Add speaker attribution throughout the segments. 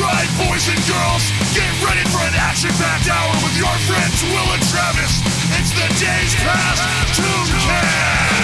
Speaker 1: Boys and girls, get ready for an action-packed hour with your friends Will and Travis. It's the Days Past Tubecast.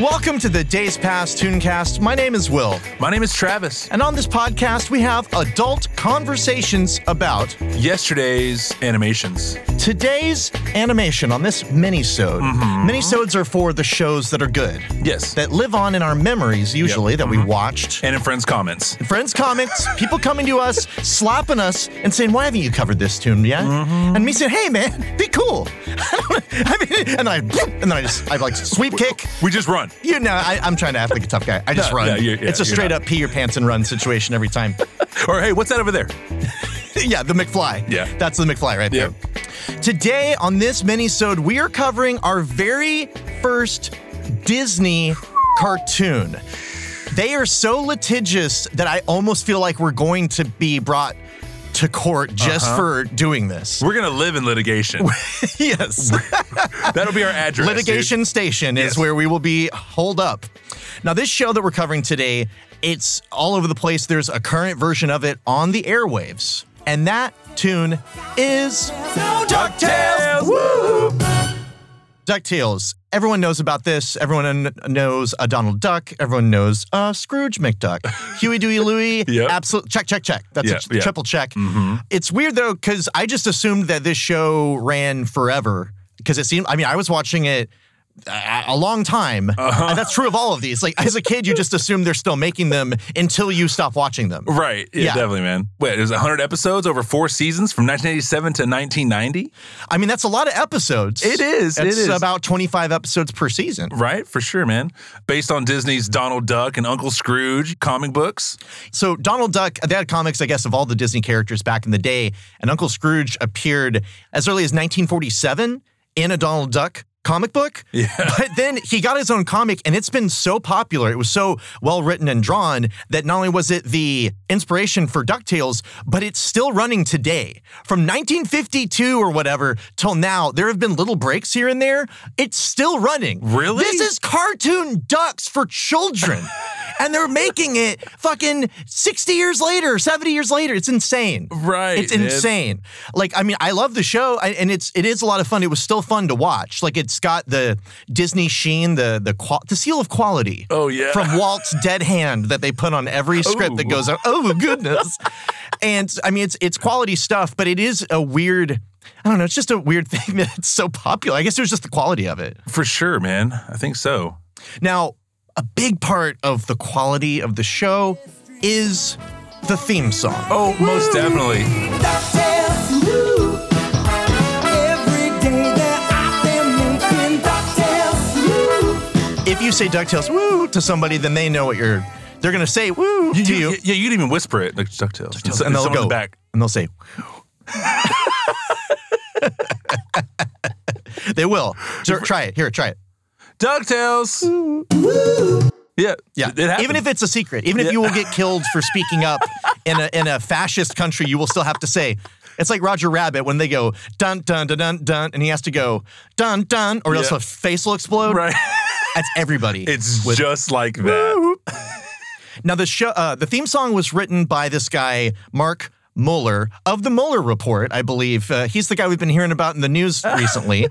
Speaker 2: Welcome to the Days Past Tooncast. My name is Will,
Speaker 3: My name is Travis.
Speaker 2: and on this podcast, we have adult conversations about
Speaker 3: Yesterday's animations.
Speaker 2: today's animation on this minisode. Minisodes are for the shows that are good,
Speaker 3: Yes.
Speaker 2: that live on in our memories, usually, that we watched.
Speaker 3: and in friends' comments.
Speaker 2: Friends' comments, people coming to us, slapping us, and saying, Why haven't you covered this tune yet? And me saying, Hey, man, be cool. I mean, and then I, and then I just, I like sweep kick.
Speaker 3: We just run.
Speaker 2: You know, I, I'm trying to act like a tough guy. I just
Speaker 3: No,
Speaker 2: run.
Speaker 3: yeah, you- yeah,
Speaker 2: it's a
Speaker 3: you're
Speaker 2: straight
Speaker 3: not.
Speaker 2: up pee your pants and run situation every time.
Speaker 3: Or hey, what's that over there?
Speaker 2: yeah, the McFly.
Speaker 3: Yeah.
Speaker 2: That's the McFly right
Speaker 3: Yeah.
Speaker 2: there. Today on this minisode, we are covering our very first Disney cartoon. They are so litigious that I almost feel like we're going to be brought to court just
Speaker 3: Uh-huh.
Speaker 2: for doing this.
Speaker 3: We're gonna live in litigation.
Speaker 2: yes.
Speaker 3: That'll be our address. dude.
Speaker 2: Litigation Station is
Speaker 3: Yes.
Speaker 2: where we will be holed up. Now, this show that we're covering today, it's all over the place. There's a current version of it on the airwaves. And that tune is
Speaker 3: DuckTales.
Speaker 2: DuckTales. Everyone knows about this. Everyone kn- knows a Donald Duck. Everyone knows a Scrooge McDuck. Huey, Dewey, Louie.
Speaker 3: Yep.
Speaker 2: Absolute check, check, check. That's
Speaker 3: Yeah,
Speaker 2: a ch-
Speaker 3: yeah. Mm-hmm.
Speaker 2: triple check. It's weird though because I just assumed that this show ran forever because it seemed. I mean, I was watching it a a long time.
Speaker 3: Uh-huh.
Speaker 2: And that's true of all of these. Like as a kid, you just assume they're still making them until you stop watching them.
Speaker 3: Right. Yeah,
Speaker 2: Yeah.
Speaker 3: definitely, man. Wait, it was 100 episodes over four seasons from 1987 to 1990.
Speaker 2: I mean, that's a lot of episodes.
Speaker 3: It is, it
Speaker 2: It's
Speaker 3: is.
Speaker 2: about twenty-five episodes per season.
Speaker 3: Right, for sure, man. Based on Disney's Donald Duck and Uncle Scrooge comic books.
Speaker 2: So Donald Duck, they had comics, I guess, of all the Disney characters back in the day, and Uncle Scrooge appeared as early as 1947 in a Donald Duck comic book.
Speaker 3: Yeah.
Speaker 2: But then he got his own comic, and it's been so popular, it was so well written and drawn that not only was it the inspiration for DuckTales, but it's still running today. From 1952 or whatever till now, there have been little breaks here and there. It's still running.
Speaker 3: Really?
Speaker 2: This is cartoon ducks for children. and they're making it fucking 60 years later, 70 years later. It's insane.
Speaker 3: Right,
Speaker 2: It's
Speaker 3: man.
Speaker 2: insane. Like, I mean, I love the show I- and it's it is a lot of fun. It was still fun to watch. Like it's got the Disney sheen, the the qual- the seal of quality.
Speaker 3: Oh, yeah.
Speaker 2: From Walt's dead hand that they put on every script that
Speaker 3: Ooh.
Speaker 2: goes on. Oh goodness. and I mean it's it's quality stuff, but it is a weird I don't know. It's just a weird thing that it's so popular. I guess it was just the quality of it.
Speaker 3: For sure, man. I think so.
Speaker 2: Now, a big part of the quality of the show is the theme song.
Speaker 3: Oh, most definitely.
Speaker 4: DuckTales. Woo. Every day that I've been making DuckTales. Woo.
Speaker 2: If you say DuckTales woo to somebody, then they know what you're they're gonna say woo to you.
Speaker 3: Yeah, you can even whisper it like DuckTales. And, so-
Speaker 2: and they'll
Speaker 3: someone in
Speaker 2: go
Speaker 3: the back.
Speaker 2: and they'll say They will. Sure, try it. Here, try it.
Speaker 3: DuckTales. Yeah.
Speaker 2: Yeah.
Speaker 3: It happened.
Speaker 2: even if it's a secret, even if
Speaker 3: Yeah.
Speaker 2: you will get killed for speaking up in a in a fascist country, you will still have to say. It's like Roger Rabbit when they go dun dun dun dun dun, and he has to go dun dun, or else
Speaker 3: Yeah.
Speaker 2: a face will explode.
Speaker 3: right.
Speaker 2: That's everybody.
Speaker 3: It's
Speaker 2: With-
Speaker 3: just like that.
Speaker 2: now the show. Uh, the theme song was written by this guy Mark Muller of the Muller Report, I believe. Uh, he's the guy we've been hearing about in the news recently.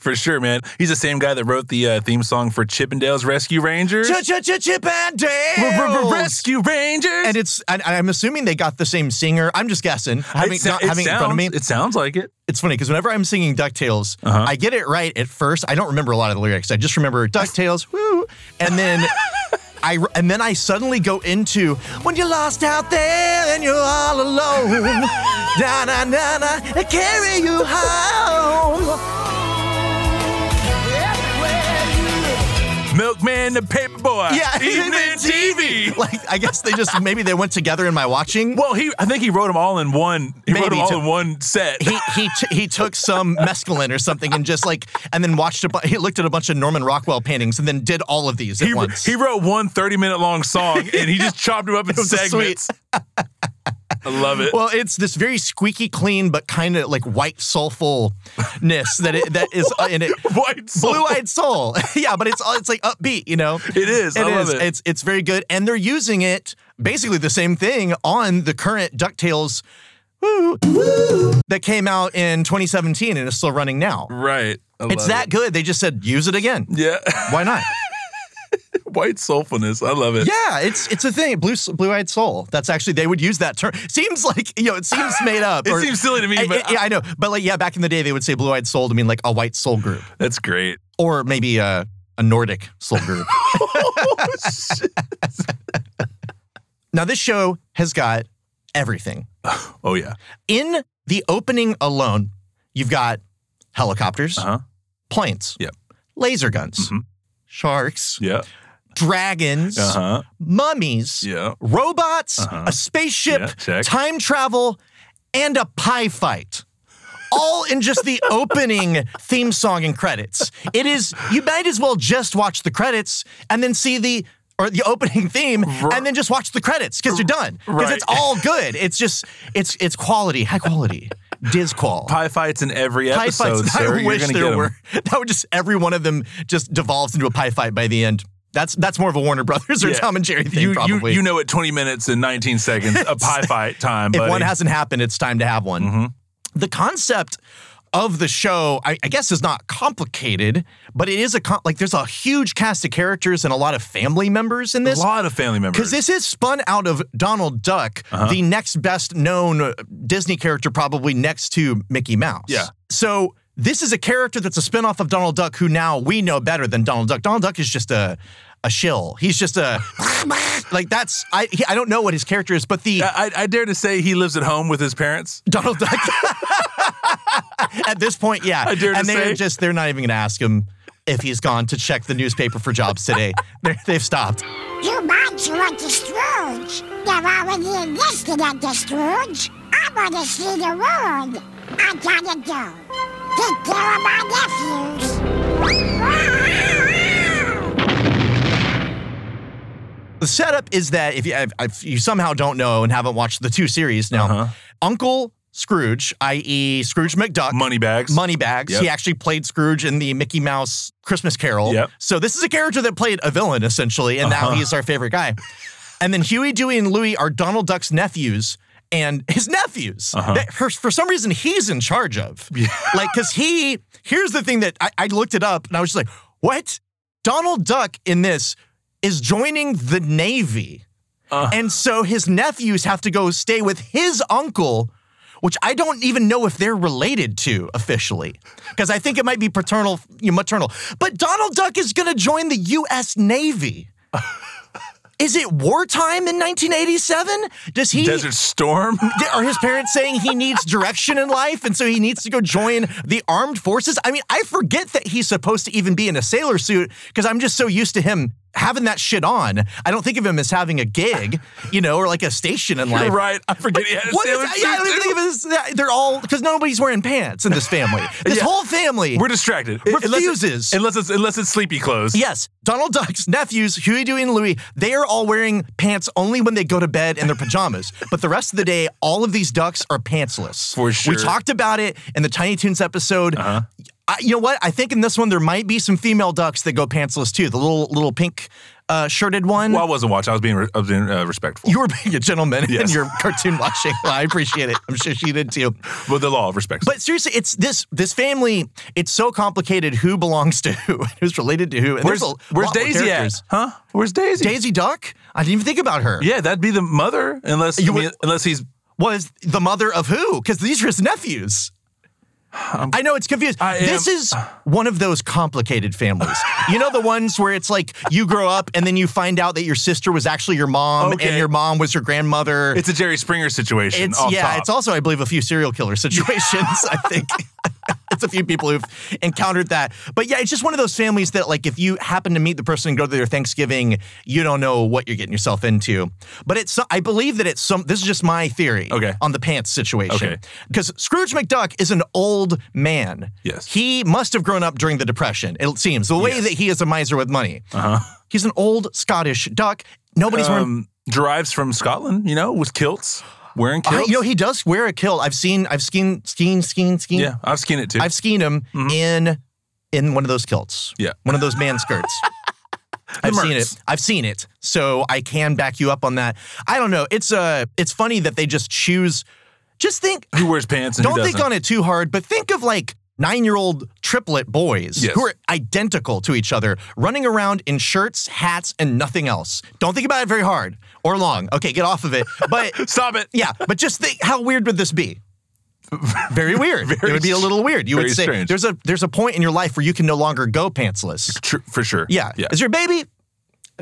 Speaker 3: For sure, man. He's the same guy that wrote the uh, theme song for Chippendales Rescue Rangers.
Speaker 2: Ch- ch- ch- Chip and Dale.
Speaker 3: Rescue Rangers.
Speaker 2: And it's, and I'm assuming they got the same singer. I'm just guessing. Having,
Speaker 3: it, sa-
Speaker 2: not
Speaker 3: it
Speaker 2: having it in
Speaker 3: sounds,
Speaker 2: front of me.
Speaker 3: it sounds like it.
Speaker 2: it's funny because whenever I'm singing DuckTales,
Speaker 3: Uh-huh.
Speaker 2: I get it right at first. I don't remember a lot of the lyrics. I just remember DuckTales, woo, and then I and then I suddenly go into when you're lost out there and you're all alone, na na na na, I carry you home.
Speaker 4: Everywhere you look.
Speaker 3: Milk milkman to paperboy.
Speaker 2: Yeah,
Speaker 3: evening TV.
Speaker 2: Like I guess they just maybe they went together in my watching.
Speaker 3: Well, he I think he wrote them all in one. He wrote
Speaker 2: Maybe
Speaker 3: them all
Speaker 2: to-
Speaker 3: in one set.
Speaker 2: he he t- he took some mescaline or something and just like and then watched a bu- he looked at a bunch of Norman Rockwell paintings and then did all of these at
Speaker 3: he,
Speaker 2: once.
Speaker 3: he wrote one 30 minute long song and he just chopped him up in
Speaker 2: was a sweet-
Speaker 3: segments. I love it.
Speaker 2: well, it's this very squeaky clean but kind of like white soulfulness that it, that is uh, in it.
Speaker 3: White soul.
Speaker 2: Blue-eyed soul, yeah, but it's all it's like upbeat, you know.
Speaker 3: It is. I love it.
Speaker 2: It's it's very good, and they're using it basically the same thing on the current Ducktales, woo, that came out in 2017 and is still running now.
Speaker 3: Right. I
Speaker 2: It's
Speaker 3: love
Speaker 2: that good. They just said use it again.
Speaker 3: it. Yeah.
Speaker 2: Why not?
Speaker 3: White soulfulness. I love it.
Speaker 2: Yeah, it's it's a thing. Blue blue eyed soul. That's actually they would use that term. Seems like you know it seems made up.
Speaker 3: It seems silly to me,
Speaker 2: I-
Speaker 3: but
Speaker 2: I- yeah, I know. But like yeah, back in the day they would say blue eyed soul to mean like a white soul group
Speaker 3: That's great.
Speaker 2: or maybe a a Nordic soul group. Oh, now this show has got everything.
Speaker 3: Oh yeah.
Speaker 2: In the opening alone, you've got helicopters,
Speaker 3: Uh-huh.
Speaker 2: planes,
Speaker 3: Yep.
Speaker 2: laser guns,
Speaker 3: Mhm.
Speaker 2: sharks,
Speaker 3: Yeah.
Speaker 2: dragons,
Speaker 3: Uh-huh.
Speaker 2: mummies,
Speaker 3: Yeah.
Speaker 2: robots,
Speaker 3: Uh-huh.
Speaker 2: a spaceship,
Speaker 3: Yeah, check.
Speaker 2: time travel, and a pie fight. All in just the opening theme song and credits. It is, you might as well just watch the credits and then see the, or the opening theme and then just watch the credits because you're done. Because
Speaker 3: Right.
Speaker 2: it's all good. It's just, it's, it's quality, high quality. Disqual.
Speaker 3: Pie fights in every
Speaker 2: Pie
Speaker 3: episode.
Speaker 2: fights.
Speaker 3: sir.
Speaker 2: I
Speaker 3: You're
Speaker 2: wish
Speaker 3: gonna get
Speaker 2: there
Speaker 3: 'em.
Speaker 2: were. That would just, every one of them just devolves into a pie fight by the end. That's, that's more of a Warner Brothers or
Speaker 3: Yeah.
Speaker 2: Tom and Jerry thing,
Speaker 3: you, you,
Speaker 2: probably.
Speaker 3: you know, at 20 minutes and 19 seconds, a pie fight time.
Speaker 2: if
Speaker 3: buddy. Mm-hmm.
Speaker 2: one hasn't happened, it's time to have one. The concept of the show, I, I guess, is not complicated, but it is a com- like there's a huge cast of characters and a lot of family members in
Speaker 3: a
Speaker 2: this.
Speaker 3: lot of family members.
Speaker 2: Because this is spun out of Donald Duck,
Speaker 3: Uh-huh.
Speaker 2: the next best known Disney character, probably next to Mickey Mouse.
Speaker 3: Yeah.
Speaker 2: So this is a character that's a spinoff of Donald Duck, who now we know better than Donald Duck. Donald Duck is just a a shill. He's just a like that's I he, I don't know what his character is, but the
Speaker 3: I, I I dare to say he lives at home with his parents.
Speaker 2: Donald Duck. At this point, yeah.
Speaker 3: I dare to
Speaker 2: and they're
Speaker 3: say.
Speaker 2: just they're not even gonna ask him if he's gone to check the newspaper for jobs today. they're, they've stopped.
Speaker 5: You might want to Scrooge. They're already enlisted at the Scrooge. I want to see the world. I gotta go. Take care of my nephews.
Speaker 2: The setup is that if you if- if you somehow don't know and haven't watched the two series now,
Speaker 3: Uh-huh.
Speaker 2: Uncle Scrooge, i.e. Scrooge McDuck,
Speaker 3: Money bags.
Speaker 2: Moneybags.
Speaker 3: Yep.
Speaker 2: He actually played Scrooge in the Mickey Mouse Christmas Carol.
Speaker 3: Yep. Uh-huh.
Speaker 2: So this is a character that played a villain essentially, and now he's our favorite guy. And then Huey, Dewey, and Louie are Donald Duck's nephews and his nephews.
Speaker 3: Uh-huh.
Speaker 2: That- for, for some reason, he's in charge of. Like, because he, here's the thing that I, I looked it up and I was just like, what? Donald Duck in this is joining the Navy. And so his nephews have to go stay with his uncle, which I don't even know if they're related to officially, because I think it might be paternal, you know, maternal. But Donald Duck is going to join the U.S. Navy. Is it wartime in 1987? Does he?
Speaker 3: Desert Storm.
Speaker 2: Are his parents saying he needs direction in life and so he needs to go join the armed forces? I mean, I forget that he's supposed to even be in a sailor suit because I'm just so used to him having that shit on. I don't think of him as having a gig, you know, or like a station in life.
Speaker 3: You're right. I forget he had a
Speaker 2: What is
Speaker 3: sailor
Speaker 2: that? Yeah, I don't
Speaker 3: suit,
Speaker 2: even
Speaker 3: too.
Speaker 2: think of it as that. They're all because nobody's wearing pants in this family. This
Speaker 3: Yeah.
Speaker 2: whole family.
Speaker 3: We're distracted. Unless it-
Speaker 2: Refuses.
Speaker 3: Unless it's, unless it's sleepy clothes.
Speaker 2: Yes, Donald Duck's nephews, Huey, Dewey, and Louie, they are all wearing pants only when they go to bed in their pajamas. but the rest of the day, all of these ducks are pantsless.
Speaker 3: For sure. Uh-huh.
Speaker 2: We talked about it in the Tiny Toons episode. I, you know what? I think in this one there might be some female ducks that go pantsless too. The little little pink uh, shirted one.
Speaker 3: Well, I wasn't watching. I was being, re- I was being uh, respectful.
Speaker 2: you were being a gentleman in
Speaker 3: Yes.
Speaker 2: your cartoon watching. I appreciate it. I'm sure she did too.
Speaker 3: Well, the law of respect.
Speaker 2: But seriously, it's this this family. It's so complicated. Who belongs to who? and Who's related to who? And
Speaker 3: where's,
Speaker 2: there's a
Speaker 3: where's
Speaker 2: lot more
Speaker 3: Daisy at?
Speaker 2: characters.
Speaker 3: Huh? Where's Daisy?
Speaker 2: Daisy Duck? I didn't even think about her.
Speaker 3: Yeah, that'd be the mother, unless
Speaker 2: You
Speaker 3: I mean,
Speaker 2: would-
Speaker 3: unless he's.
Speaker 2: Was the mother of who? Because these are his nephews. I know it's confused.
Speaker 3: Um, I am-
Speaker 2: this is one of those complicated families. you know the ones where it's like you grow up and then you find out that your sister was actually your mom and
Speaker 3: Okay.
Speaker 2: your mom was your grandmother.
Speaker 3: It's a Jerry Springer situation.
Speaker 2: It's-
Speaker 3: off
Speaker 2: yeah,
Speaker 3: top.
Speaker 2: it's also I believe a few serial killer situations. I think it's a few people who've encountered that. But yeah, it's just one of those families that, like, if you happen to meet the person and go to their Thanksgiving, you don't know what you're getting yourself into. But it's, I believe that it's some, this is just my theory
Speaker 3: Okay.
Speaker 2: on the pants situation.
Speaker 3: Okay.
Speaker 2: Because Scrooge McDuck is an old man.
Speaker 3: Yes.
Speaker 2: He must have grown up during the Depression, it seems, the way
Speaker 3: Yes.
Speaker 2: that he is a miser with money. Uh-huh. He's an old Scottish duck. Nobody's wearing
Speaker 3: um, derives from Scotland, you know, with kilts, wearing
Speaker 2: I,
Speaker 3: kilts.
Speaker 2: you know, he does wear a kilt. I've seen, I've seen, seen, seen, seen.
Speaker 3: yeah, I've seen it too.
Speaker 2: I've seen him in in one of those kilts.
Speaker 3: Yeah.
Speaker 2: one of those man skirts. I've seen
Speaker 3: mercs.
Speaker 2: it. I've seen it. So I can back you up on that. I don't know. It's uh, it's funny that they just choose. Just think.
Speaker 3: who wears pants and who
Speaker 2: Don't
Speaker 3: doesn't?
Speaker 2: think on it too hard, but think of like. Nine year old triplet boys
Speaker 3: Yes.
Speaker 2: who are identical to each other, running around in shirts, hats, and nothing else. Don't think about it very hard or long. Okay, get off of it. But
Speaker 3: Stop it.
Speaker 2: yeah, but just think how weird would this be? Very weird. it would be a little weird. You would
Speaker 3: very
Speaker 2: say
Speaker 3: strange.
Speaker 2: there's a there's a point in your life where you can no longer go pantsless.
Speaker 3: Tr- for sure.
Speaker 2: Yeah.
Speaker 3: Yeah.
Speaker 2: Is your baby?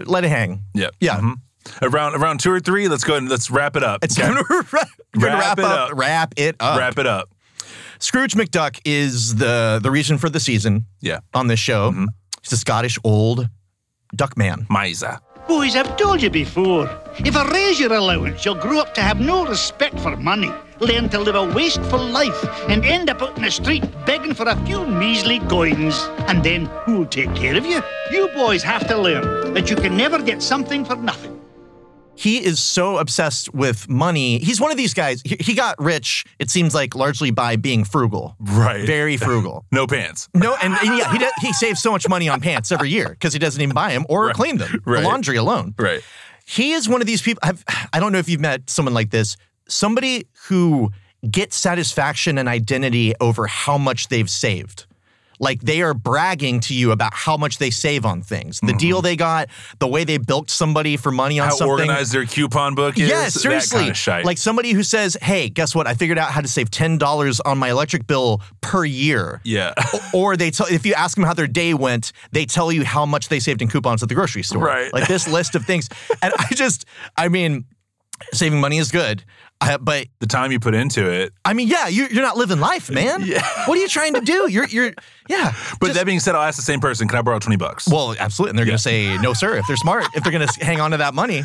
Speaker 2: Let it hang.
Speaker 3: yeah.
Speaker 2: Yeah.
Speaker 3: Mhm. Around around two or three, let's go and let's wrap it up.
Speaker 2: It's
Speaker 3: okay?
Speaker 2: time to wrap,
Speaker 3: Wrap
Speaker 2: wrap
Speaker 3: it
Speaker 2: up,
Speaker 3: up.
Speaker 2: Wrap it up.
Speaker 3: wrap it up.
Speaker 2: Scrooge McDuck is the the reason for the season
Speaker 3: Yeah.
Speaker 2: on this show.
Speaker 3: Mm-hmm.
Speaker 2: He's a Scottish old duck man.
Speaker 3: Miser.
Speaker 6: Boys, I've told you before. If I raise your allowance, you'll grow up to have no respect for money, learn to live a wasteful life, and end up out in the street begging for a few measly coins. And then who'll take care of you? You boys have to learn that you can never get something for nothing.
Speaker 2: He is so obsessed with money. He's one of these guys. He, he got rich, it seems like, largely by being frugal.
Speaker 3: Right.
Speaker 2: Very frugal.
Speaker 3: No pants.
Speaker 2: No, and, and yeah, he does, he saves so much money on pants every year because he doesn't even buy them or clean them.
Speaker 3: right.
Speaker 2: The laundry alone.
Speaker 3: Right.
Speaker 2: He is one of these people. I've, I don't know if you've met someone like this. Somebody who gets satisfaction and identity over how much they've saved. Like they are bragging to you about how much they save on things, the deal they got, the way they bilked somebody for money on
Speaker 3: Mm-hmm. How
Speaker 2: something.
Speaker 3: organized their coupon book is.
Speaker 2: Yeah, seriously.
Speaker 3: That kind of shite.
Speaker 2: Like somebody who says, "Hey, guess what? I figured out how to save ten dollars on my electric bill per year."
Speaker 3: yeah.
Speaker 2: or they tell if you ask them how their day went, they tell you how much they saved in coupons at the grocery store.
Speaker 3: Right.
Speaker 2: Like this list of things. And I just, I mean, saving money is good, I, but
Speaker 3: the time you put into it.
Speaker 2: I mean, yeah, you, you're not living life, man. Yeah. What are you trying to do? You're, you're, yeah.
Speaker 3: But
Speaker 2: Just-
Speaker 3: that being said, I'll ask the same person, can I borrow 20 bucks?
Speaker 2: well, absolutely. And they're going to say, no, sir, if they're smart, if they're going to hang on to that money.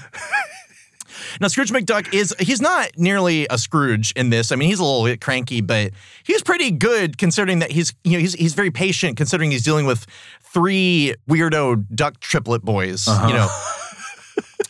Speaker 2: Now, Scrooge McDuck is, he's not nearly a Scrooge in this. I mean, he's a little bit cranky, but he's pretty good considering that he's, you know, he's, he's very patient considering he's dealing with three weirdo duck triplet boys, you know.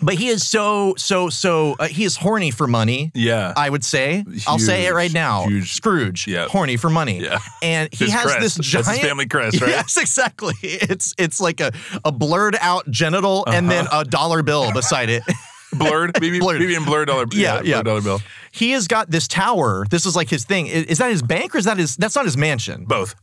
Speaker 2: but he is so, so, so, uh, he is horny for money.
Speaker 3: yeah.
Speaker 2: I would say. I'll say it
Speaker 3: Huge,
Speaker 2: right now.
Speaker 3: huge.
Speaker 2: Scrooge,
Speaker 3: Yeah.
Speaker 2: horny for money.
Speaker 3: Yeah.
Speaker 2: And he
Speaker 3: His
Speaker 2: has
Speaker 3: crest.
Speaker 2: this
Speaker 3: That's
Speaker 2: giant
Speaker 3: his family crest, right?
Speaker 2: Yes, exactly. It's it's like a, a blurred out genital and
Speaker 3: Uh-huh.
Speaker 2: then a dollar bill beside it.
Speaker 3: blurred. Maybe,
Speaker 2: Blurred.
Speaker 3: maybe in blurred dollar.
Speaker 2: Yeah, yeah.
Speaker 3: Blurred dollar bill.
Speaker 2: he has got this tower. This is like his thing. I- Is that his bank or is that his that's not his mansion?
Speaker 3: Both.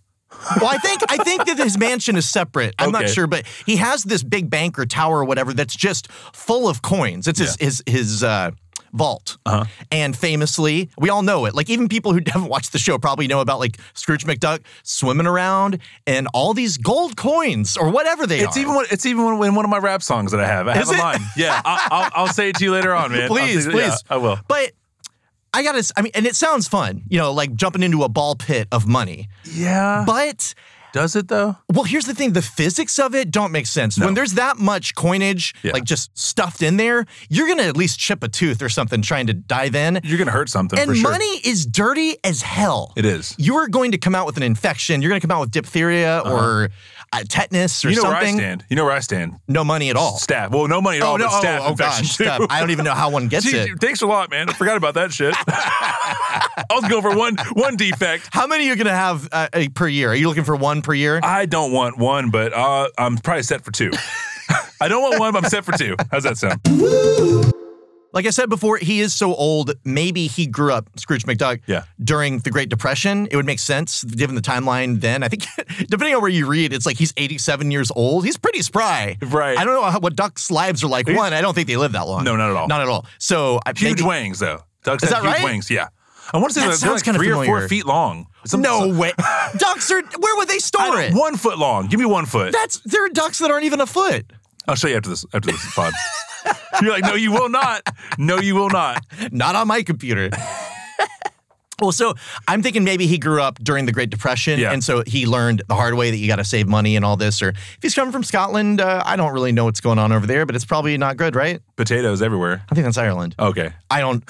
Speaker 2: Well, I think I think that his mansion is separate. I'm not
Speaker 3: Okay.
Speaker 2: sure, but he has this big bank or tower or whatever that's just full of coins. It's his his his uh, vault.
Speaker 3: Uh-huh.
Speaker 2: And famously, we all know it. Like even people who haven't watched the show probably know about like Scrooge McDuck swimming around and all these gold coins or whatever they
Speaker 3: It's
Speaker 2: are.
Speaker 3: even one, it's even one, in one of my rap songs that I have. I have
Speaker 2: Is
Speaker 3: a
Speaker 2: it?
Speaker 3: line. Yeah, I'll, I'll, I'll say it to you later on, man. I'll
Speaker 2: please,
Speaker 3: say-
Speaker 2: please.
Speaker 3: yeah, I will.
Speaker 2: But I gotta. s- I mean, and it sounds fun, you know, like jumping into a ball pit of money.
Speaker 3: Yeah.
Speaker 2: But
Speaker 3: Does it though?
Speaker 2: Well, here's the thing: the physics of it don't make sense. When there's that much coinage,
Speaker 3: Yeah.
Speaker 2: like just stuffed in there, you're gonna at least chip a tooth or something trying to dive in.
Speaker 3: You're gonna hurt something
Speaker 2: And
Speaker 3: for sure.
Speaker 2: money is dirty as hell.
Speaker 3: It is. Uh-huh.
Speaker 2: You are going to come out with an infection. You're going to come out with diphtheria or uh, tetanus or
Speaker 3: You know where I
Speaker 2: something.
Speaker 3: stand. You know where I stand.
Speaker 2: No Oh, money at all.
Speaker 3: Staff. Well, no money at all, but staff infection too.
Speaker 2: staff. I don't even know how one gets
Speaker 3: Gee,
Speaker 2: it.
Speaker 3: thanks a lot, man. I forgot about that shit. I was going for one one defect.
Speaker 2: How many are you going to have uh, uh, per year? Are you looking for one per year?
Speaker 3: I don't want one, but uh, I'm probably set for two. I don't want one, but I'm set for two. How's that sound?
Speaker 2: Like I said before, he is so old. Maybe he grew up Scrooge McDuck
Speaker 3: Yeah.
Speaker 2: during the Great Depression. It would make sense given the timeline then. I think depending on where you read, it's like he's 87 years old. He's pretty spry.
Speaker 3: Right.
Speaker 2: I don't know how, what ducks' lives are like. One, I don't think they live that long.
Speaker 3: No, not at all.
Speaker 2: Not at all. So I
Speaker 3: Huge
Speaker 2: maybe-
Speaker 3: wings, though. Ducks
Speaker 2: Is
Speaker 3: have
Speaker 2: that
Speaker 3: huge
Speaker 2: right?
Speaker 3: wings. Yeah. I want to say
Speaker 2: That
Speaker 3: they're- they're
Speaker 2: sounds
Speaker 3: like
Speaker 2: kinda
Speaker 3: three or
Speaker 2: familiar.
Speaker 3: four feet long. Some-
Speaker 2: No
Speaker 3: some-
Speaker 2: way. ducks are where would they
Speaker 3: I
Speaker 2: store
Speaker 3: don't-
Speaker 2: it?
Speaker 3: One foot long. Give me one foot.
Speaker 2: That's there are ducks that aren't even a foot.
Speaker 3: I'll show you after this after this pod. You're like, no, you will not. No, you will not.
Speaker 2: Not on my computer. Well, so I'm thinking maybe he grew up during the Great Depression,
Speaker 3: Yeah.
Speaker 2: and so he learned the hard way that you got to save money and all this. Or if he's coming from Scotland, uh, I don't really know what's going on over there, but it's probably not good, right?
Speaker 3: Potatoes everywhere.
Speaker 2: I think that's Ireland.
Speaker 3: Okay.
Speaker 2: I don't.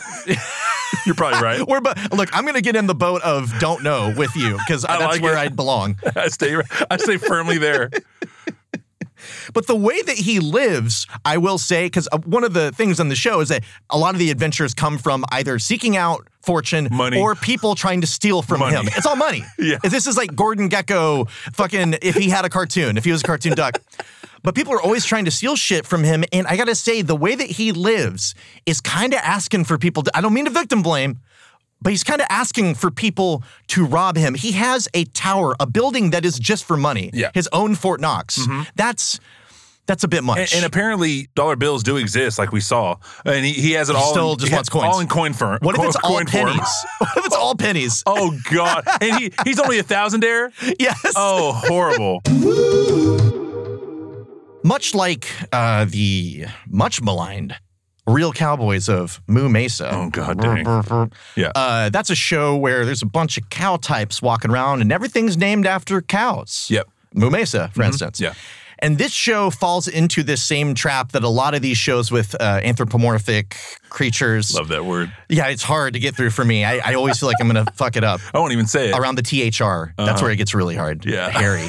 Speaker 3: You're probably right.
Speaker 2: We're bo- look. I'm gonna get in the boat of don't know with you because that's
Speaker 3: like
Speaker 2: where
Speaker 3: it.
Speaker 2: I belong.
Speaker 3: I stay I stay firmly there.
Speaker 2: But the way that he lives, I will say, because one of the things on the show is that a lot of the adventures come from either seeking out fortune
Speaker 3: Money.
Speaker 2: or people trying to steal from
Speaker 3: Money.
Speaker 2: him. It's all money.
Speaker 3: Yeah.
Speaker 2: This is like Gordon Gecko fucking if he had a cartoon, if he was a cartoon duck. But people are always trying to steal shit from him. And I gotta say, the way that he lives is kind of asking for people to, I don't mean to victim blame, but he's kind of asking for people to rob him. He has a tower, a building that is just for money.
Speaker 3: Yeah. Mm-hmm.
Speaker 2: His own Fort Knox. That's that's a bit
Speaker 3: And,
Speaker 2: much.
Speaker 3: and apparently, dollar bills do exist, like we saw. And he, he has it
Speaker 2: He
Speaker 3: all.
Speaker 2: still
Speaker 3: in,
Speaker 2: just
Speaker 3: he-
Speaker 2: wants coins.
Speaker 3: All in coin form.
Speaker 2: what if
Speaker 3: coin,
Speaker 2: it's all
Speaker 3: coin form.
Speaker 2: pennies? What if it's all pennies?
Speaker 3: Oh God! And he, he's only a thousandaire.
Speaker 2: Yes.
Speaker 3: Oh, horrible!
Speaker 2: Much like uh, the much maligned real cowboys of Moo Mesa.
Speaker 3: Oh God, dang. Yeah.
Speaker 2: Uh, that's a show where there's a bunch of cow types walking around and everything's named after cows.
Speaker 3: Yep. Mm-hmm.
Speaker 2: Moo Mesa, for instance.
Speaker 3: Yeah.
Speaker 2: And this show falls into this same trap that a lot of these shows with uh, anthropomorphic creatures.
Speaker 3: Love that word.
Speaker 2: Yeah, it's hard to get through for me. I, I always feel like I'm going to fuck it up
Speaker 3: I won't even say it. Uh-huh.
Speaker 2: around the THR. That's where it gets really hard.
Speaker 3: Yeah.
Speaker 2: Hairy.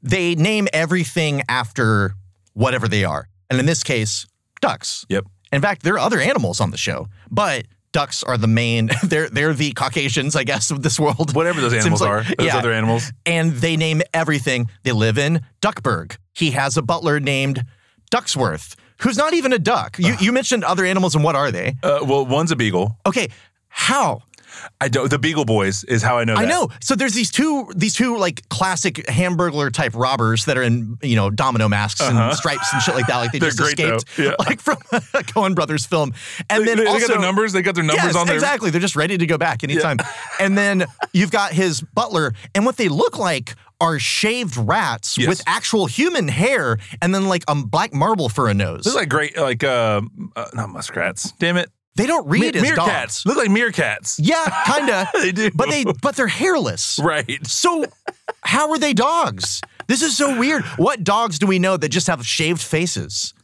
Speaker 2: they name everything after whatever they are. And in this case, ducks.
Speaker 3: Yep.
Speaker 2: In fact, there are other animals on the show, but ducks are the main they're they're the Caucasians, I guess, of this world.
Speaker 3: Whatever those
Speaker 2: Seems
Speaker 3: animals
Speaker 2: like-
Speaker 3: are, those
Speaker 2: yeah.
Speaker 3: other animals.
Speaker 2: And they name everything. They live in Duckburg. He has a butler named Ducksworth, who's not even a duck. You you mentioned other animals and what are they?
Speaker 3: Uh, well, one's a beagle.
Speaker 2: Okay. How?
Speaker 3: I don't. The Beagle Boys is how I know. That.
Speaker 2: I know. So there's these two these two like classic Hamburglar type robbers that are in you know domino masks and stripes and shit like that. Like they
Speaker 3: Uh-huh. They're
Speaker 2: just
Speaker 3: great,
Speaker 2: escaped
Speaker 3: though. Yeah.
Speaker 2: like from a Coen Brothers film. And
Speaker 3: They,
Speaker 2: then
Speaker 3: they- they
Speaker 2: also
Speaker 3: got their numbers. They got their numbers
Speaker 2: Yes,
Speaker 3: on their.
Speaker 2: exactly. They're just ready to go back anytime. and then you've got his butler, and what they look like are shaved rats
Speaker 3: Yes.
Speaker 2: with actual human hair, and then like a black marble for a nose.
Speaker 3: They're like great, like uh, uh not muskrats. Damn it.
Speaker 2: they don't read as
Speaker 3: meerkats.
Speaker 2: dogs.
Speaker 3: Look like meerkats.
Speaker 2: Yeah, kinda.
Speaker 3: They do.
Speaker 2: but they but they're hairless.
Speaker 3: Right.
Speaker 2: So, how are they dogs? This is so weird. What dogs do we know that just have shaved faces?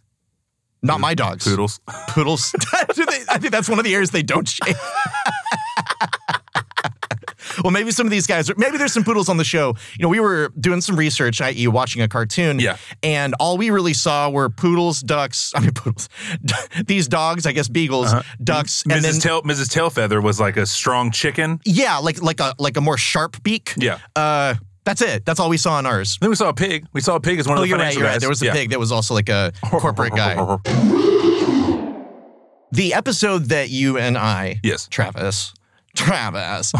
Speaker 2: Not my dogs.
Speaker 3: Poodles.
Speaker 2: Poodles. Do they- I think that's one of the areas they don't shave. well, maybe some of these guys, are, maybe there's some poodles on the show. You know, we were doing some research, i.e., watching a cartoon.
Speaker 3: Yeah.
Speaker 2: And all we really saw were poodles, ducks, I mean, poodles, these dogs, I guess, beagles,
Speaker 3: Uh-huh.
Speaker 2: ducks,
Speaker 3: Mrs.
Speaker 2: and then.
Speaker 3: Tail Mrs. Tailfeather was like a strong chicken.
Speaker 2: yeah, like like a like a more sharp beak.
Speaker 3: Yeah.
Speaker 2: Uh, that's it. That's all we saw on ours.
Speaker 3: Then we saw a pig. We saw a pig as one
Speaker 2: Oh,
Speaker 3: of the
Speaker 2: you're right.
Speaker 3: financial
Speaker 2: You're right.
Speaker 3: guys.
Speaker 2: There was a
Speaker 3: Yeah.
Speaker 2: pig that was also like a corporate guy. The episode that you and I,
Speaker 3: Yes.
Speaker 2: Travis, Travis,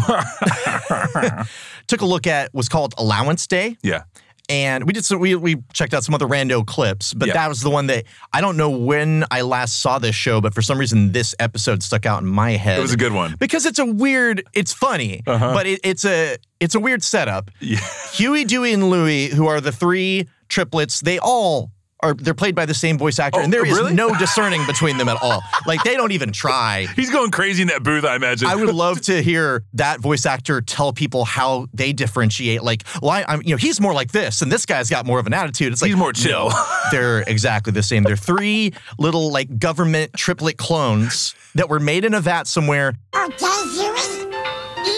Speaker 2: took a look at was called Allowance Day,
Speaker 3: Yeah.
Speaker 2: and we did some. We we checked out some other rando clips, but
Speaker 3: Yeah.
Speaker 2: that was the one that I don't know when I last saw this show, but for some reason this episode stuck out in my head.
Speaker 3: It was a good one.
Speaker 2: because it's a weird. It's funny, but it, it's a it's a weird setup.
Speaker 3: Yeah.
Speaker 2: Huey, Dewey, and Louie, who are the three triplets, they all are they're played by the same voice actor,
Speaker 3: Oh,
Speaker 2: and there is
Speaker 3: really?
Speaker 2: no discerning between them at all. Like they don't even try.
Speaker 3: He's going crazy in that booth, I imagine.
Speaker 2: I would love to hear that voice actor tell people how they differentiate. Like, well, I, am you know, he's more like this, and this guy's got more of an attitude. It's like
Speaker 3: He's more chill.
Speaker 2: they're exactly the same. They're three little like government triplet clones that were made in a vat somewhere.
Speaker 5: Okay, Huey?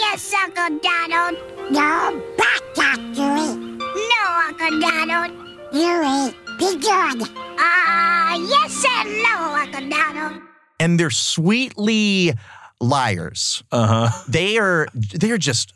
Speaker 5: Yes, Uncle Donald. No, back up, Huey. No, Uncle Donald. Huey, be good. Ah, yes and no, Uncle Donald.
Speaker 2: and they're sweetly liars.
Speaker 3: Uh-huh.
Speaker 2: Uh huh. They are they're just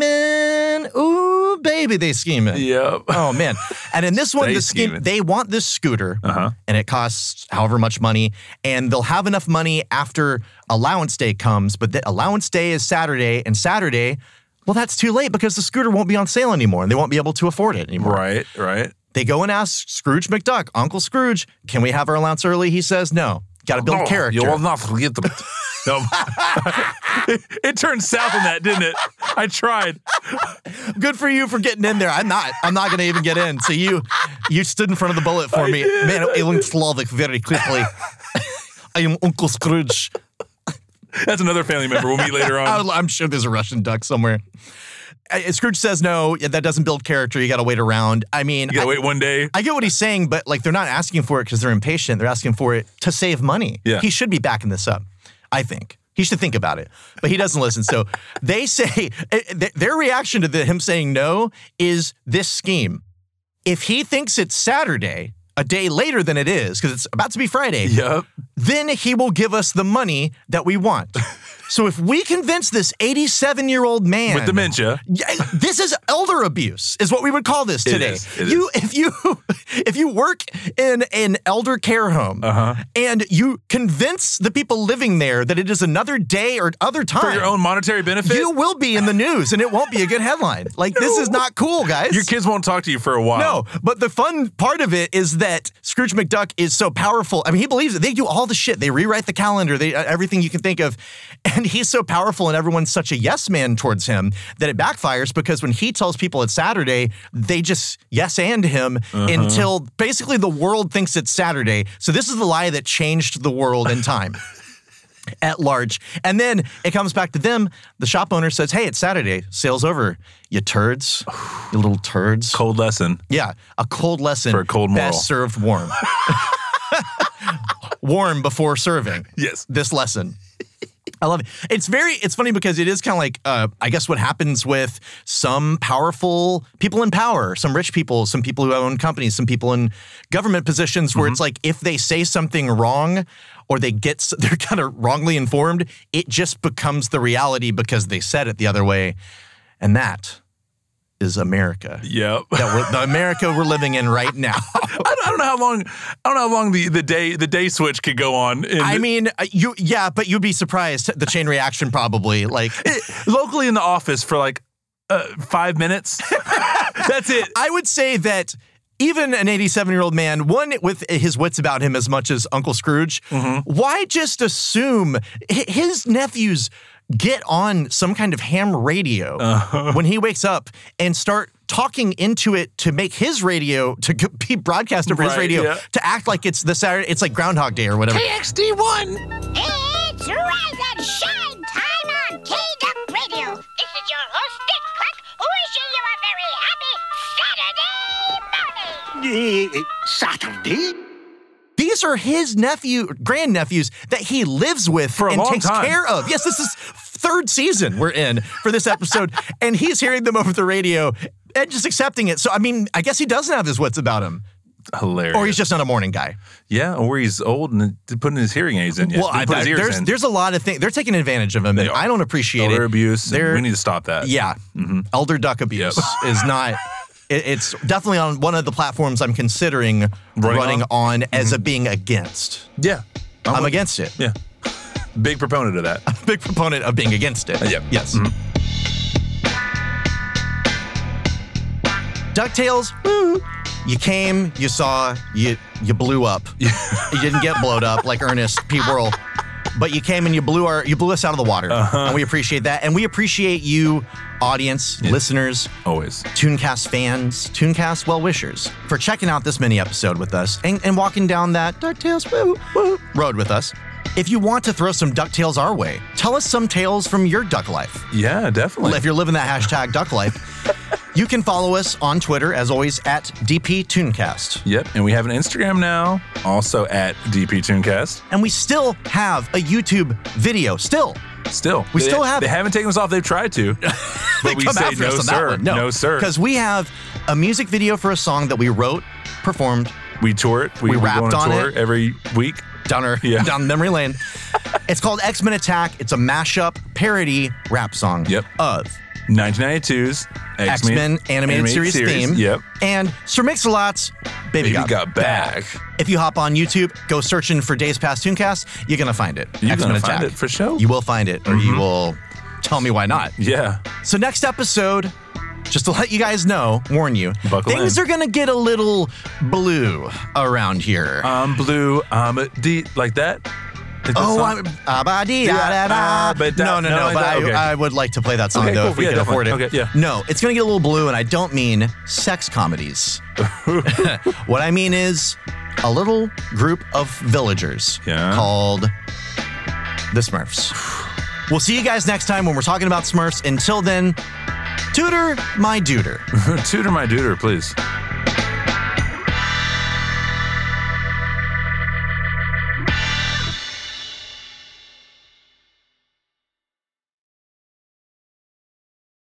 Speaker 2: scheming. Ooh, baby, they scheming.
Speaker 3: Yep.
Speaker 2: Oh man. And in this one,
Speaker 3: They
Speaker 2: the scheme
Speaker 3: scheming. Uh-huh.
Speaker 2: they want this scooter, and it costs however much money, and they'll have enough money after allowance day comes. But the allowance day is Saturday, and Saturday. Well, that's too late because the scooter won't be on sale anymore and they won't be able to afford it anymore.
Speaker 3: Right, right.
Speaker 2: They go and ask Scrooge McDuck, Uncle Scrooge, can we have our allowance early? He says, no. Got to build
Speaker 3: No,
Speaker 2: character.
Speaker 3: Oh, You will not forget them. No. it, it turned south on that, didn't it? I tried.
Speaker 2: good for you for getting in there. I'm not. I'm not going to even get in. So you, you stood in front of the bullet for me, man. I learned Slavic very quickly. I am Uncle Scrooge.
Speaker 3: That's another family member we'll meet later on.
Speaker 2: I'll- I'm sure there's a Russian duck somewhere. Uh, Scrooge says no. yeah, That doesn't build character. You got to wait around. I mean,
Speaker 3: You gotta
Speaker 2: I-
Speaker 3: wait one day.
Speaker 2: I get what he's saying, but like they're not asking for it because they're impatient. They're asking for it to save money.
Speaker 3: Yeah.
Speaker 2: He should be backing this up, I think. He should think about it, but he doesn't listen. So they say eh, th- their reaction to the, him saying no is this scheme. If he thinks it's Saturday, a day later than it is, because it's about to be Friday,
Speaker 3: Yup.
Speaker 2: then he will give us the money that we want. so if we convince this 87 year old man
Speaker 3: With dementia.
Speaker 2: yeah, this is elder abuse, is what we would call this
Speaker 3: It
Speaker 2: today.
Speaker 3: is, it
Speaker 2: you, if you, if you work in an elder care home
Speaker 3: Uh-huh.
Speaker 2: and you convince the people living there that it is another day or other time
Speaker 3: For your own monetary benefit.
Speaker 2: you will be in the news, and it won't be a good headline. Like this is not cool, guys.
Speaker 3: your kids won't talk to you for a while.
Speaker 2: No, but the fun part of it is that Scrooge McDuck is so powerful. I mean, he believes it. They do all the shit. They rewrite the calendar. They uh, everything you can think of, and he's so powerful, and everyone's such a yes man towards him that it backfires because when he tells people it's Saturday, they just yes and him until basically the world thinks it's Saturday. So this is the lie that changed the world in time. At large. And then it comes back to them. The shop owner says, Hey, it's Saturday. Sales over. You turds. You little turds.
Speaker 3: Cold lesson.
Speaker 2: Yeah, a cold lesson
Speaker 3: For a cold moral.
Speaker 2: Best served warm. warm before serving.
Speaker 3: Yes.
Speaker 2: This lesson. I love it. It's very. It's funny because it is kind of like uh, I guess what happens with some powerful people in power, some rich people, some people who own companies, some people in government positions, where it's
Speaker 3: Mm-hmm.
Speaker 2: like if they say something wrong or they get s- they're kind of wrongly informed, it just becomes the reality because they said it the other way, and that is America
Speaker 3: Yep.
Speaker 2: that we're, the America we're living in right now.
Speaker 3: I don't- I don't know how long. I don't know how long the, the day the day switch could go on. In,
Speaker 2: I mean, uh, you yeah, but you'd be surprised the chain reaction probably like.
Speaker 3: locally in the office for like uh, five minutes. That's it.
Speaker 2: I would say that even an 87 year old man, one with his wits about him as much as Uncle Scrooge, why just assume hi- his nephews get on some kind of ham radio when he wakes up and start talking into it to make his radio to g- be broadcast over his
Speaker 3: Right,
Speaker 2: radio
Speaker 3: yeah.
Speaker 2: to act like it's the Saturday, it's like Groundhog Day or whatever.
Speaker 5: It's rise and shine time on K-Duck Radio. This is your host, Dick Clark, wishing you a very happy Saturday morning.
Speaker 6: Eh, eh, Saturday?
Speaker 2: These are his nephew, grandnephews that he lives with
Speaker 3: For a
Speaker 2: and
Speaker 3: long
Speaker 2: takes
Speaker 3: time.
Speaker 2: care of. Yes, this is third season we're in for this episode, and he's hearing them over the radio and just accepting it. So, I mean, I guess he doesn't have his wits about him,
Speaker 3: Hilarious.
Speaker 2: or he's just not a morning guy.
Speaker 3: yeah, or he's old and putting his hearing aids in. Yet.
Speaker 2: well, I,
Speaker 3: Didn't put his ears
Speaker 2: there's
Speaker 3: in.
Speaker 2: there's a lot of things they're taking advantage of him, and
Speaker 3: They are.
Speaker 2: I don't appreciate
Speaker 3: elder
Speaker 2: it.
Speaker 3: abuse. and
Speaker 2: They're-
Speaker 3: we need to stop Mm-hmm. that.
Speaker 2: Yeah. Elder duck abuse is not. it- It's definitely on one of the platforms I'm considering running, on, as a being against.
Speaker 3: yeah,
Speaker 2: I'm,
Speaker 3: Mm-hmm. with-
Speaker 2: against it.
Speaker 3: yeah. Big proponent of that.
Speaker 2: Big proponent of being against it.
Speaker 3: yeah.
Speaker 2: Yes. DuckTales, woo. You came, you saw, you you blew up. you didn't get blowed up like Ernest P. Whirl. But you came and you blew our you blew us out of the water. And we appreciate that. And we appreciate you, audience, listeners,
Speaker 3: Always.
Speaker 2: Tooncast fans, Tooncast well wishers, for checking out this mini episode with us and, and walking down that DuckTales woo, woo road with us. If you want to throw some DuckTales our way, tell us some tales from your duck life.
Speaker 3: Yeah, definitely.
Speaker 2: If you're living that hashtag duck life, you can follow us on Twitter, as always, at DP Tooncast.
Speaker 3: Yep, and we have an Instagram now, also at DP Tooncast.
Speaker 2: And we still have a YouTube video, still.
Speaker 3: Still,
Speaker 2: We
Speaker 3: They-
Speaker 2: still have
Speaker 3: They
Speaker 2: it.
Speaker 3: haven't taken us off. They've tried to, but we
Speaker 2: come
Speaker 3: say
Speaker 2: after
Speaker 3: no,
Speaker 2: us on that
Speaker 3: sir.
Speaker 2: one.
Speaker 3: No. sir.
Speaker 2: Because we have a music video for a song that we wrote, performed,
Speaker 3: we tour it. We,
Speaker 2: we
Speaker 3: we go
Speaker 2: rapped
Speaker 3: on
Speaker 2: on
Speaker 3: a tour
Speaker 2: it.
Speaker 3: every week.
Speaker 2: down our,
Speaker 3: Yeah.
Speaker 2: down memory lane. it's called X Men Attack. It's a mashup parody rap song
Speaker 3: Yep.
Speaker 2: of
Speaker 3: 1992's X-Men,
Speaker 2: X Men animated, series, theme
Speaker 3: Yep.
Speaker 2: and Sir Mix-a-Lot's
Speaker 3: Baby
Speaker 2: Baby, Got,
Speaker 3: got back.
Speaker 2: If you hop on YouTube, go searching for Days Past Tooncast, you're gonna find it.
Speaker 3: You're
Speaker 2: X-Men
Speaker 3: gonna find it
Speaker 2: Attack.
Speaker 3: for sure. Mm-hmm.
Speaker 2: You will find it, or you will tell me why not.
Speaker 3: Yeah.
Speaker 2: So next episode, just to let you guys know, warn you,
Speaker 3: Buckle
Speaker 2: things
Speaker 3: in.
Speaker 2: are gonna get a little blue around here.
Speaker 3: I'm Um, blue. I'm a D. Like that? Like that
Speaker 2: Oh,
Speaker 3: song?
Speaker 2: I'm. ah, ba, dee, ah, da, da.
Speaker 3: ah, ba, da.
Speaker 2: No, no,
Speaker 3: No,
Speaker 2: no.
Speaker 3: like
Speaker 2: But
Speaker 3: that,
Speaker 2: I,
Speaker 3: okay.
Speaker 2: I would like to play that song
Speaker 3: Okay,
Speaker 2: though
Speaker 3: cool.
Speaker 2: if we
Speaker 3: Yeah,
Speaker 2: can afford it.
Speaker 3: definitely. Okay, yeah.
Speaker 2: No, it's gonna get a little blue, and I don't mean sex comedies. what I mean is a little group of villagers
Speaker 3: Yeah.
Speaker 2: called the Smurfs. We'll see you guys next time when we're talking about Smurfs. Until then, tutor my duder.
Speaker 3: Tutor my duder, please.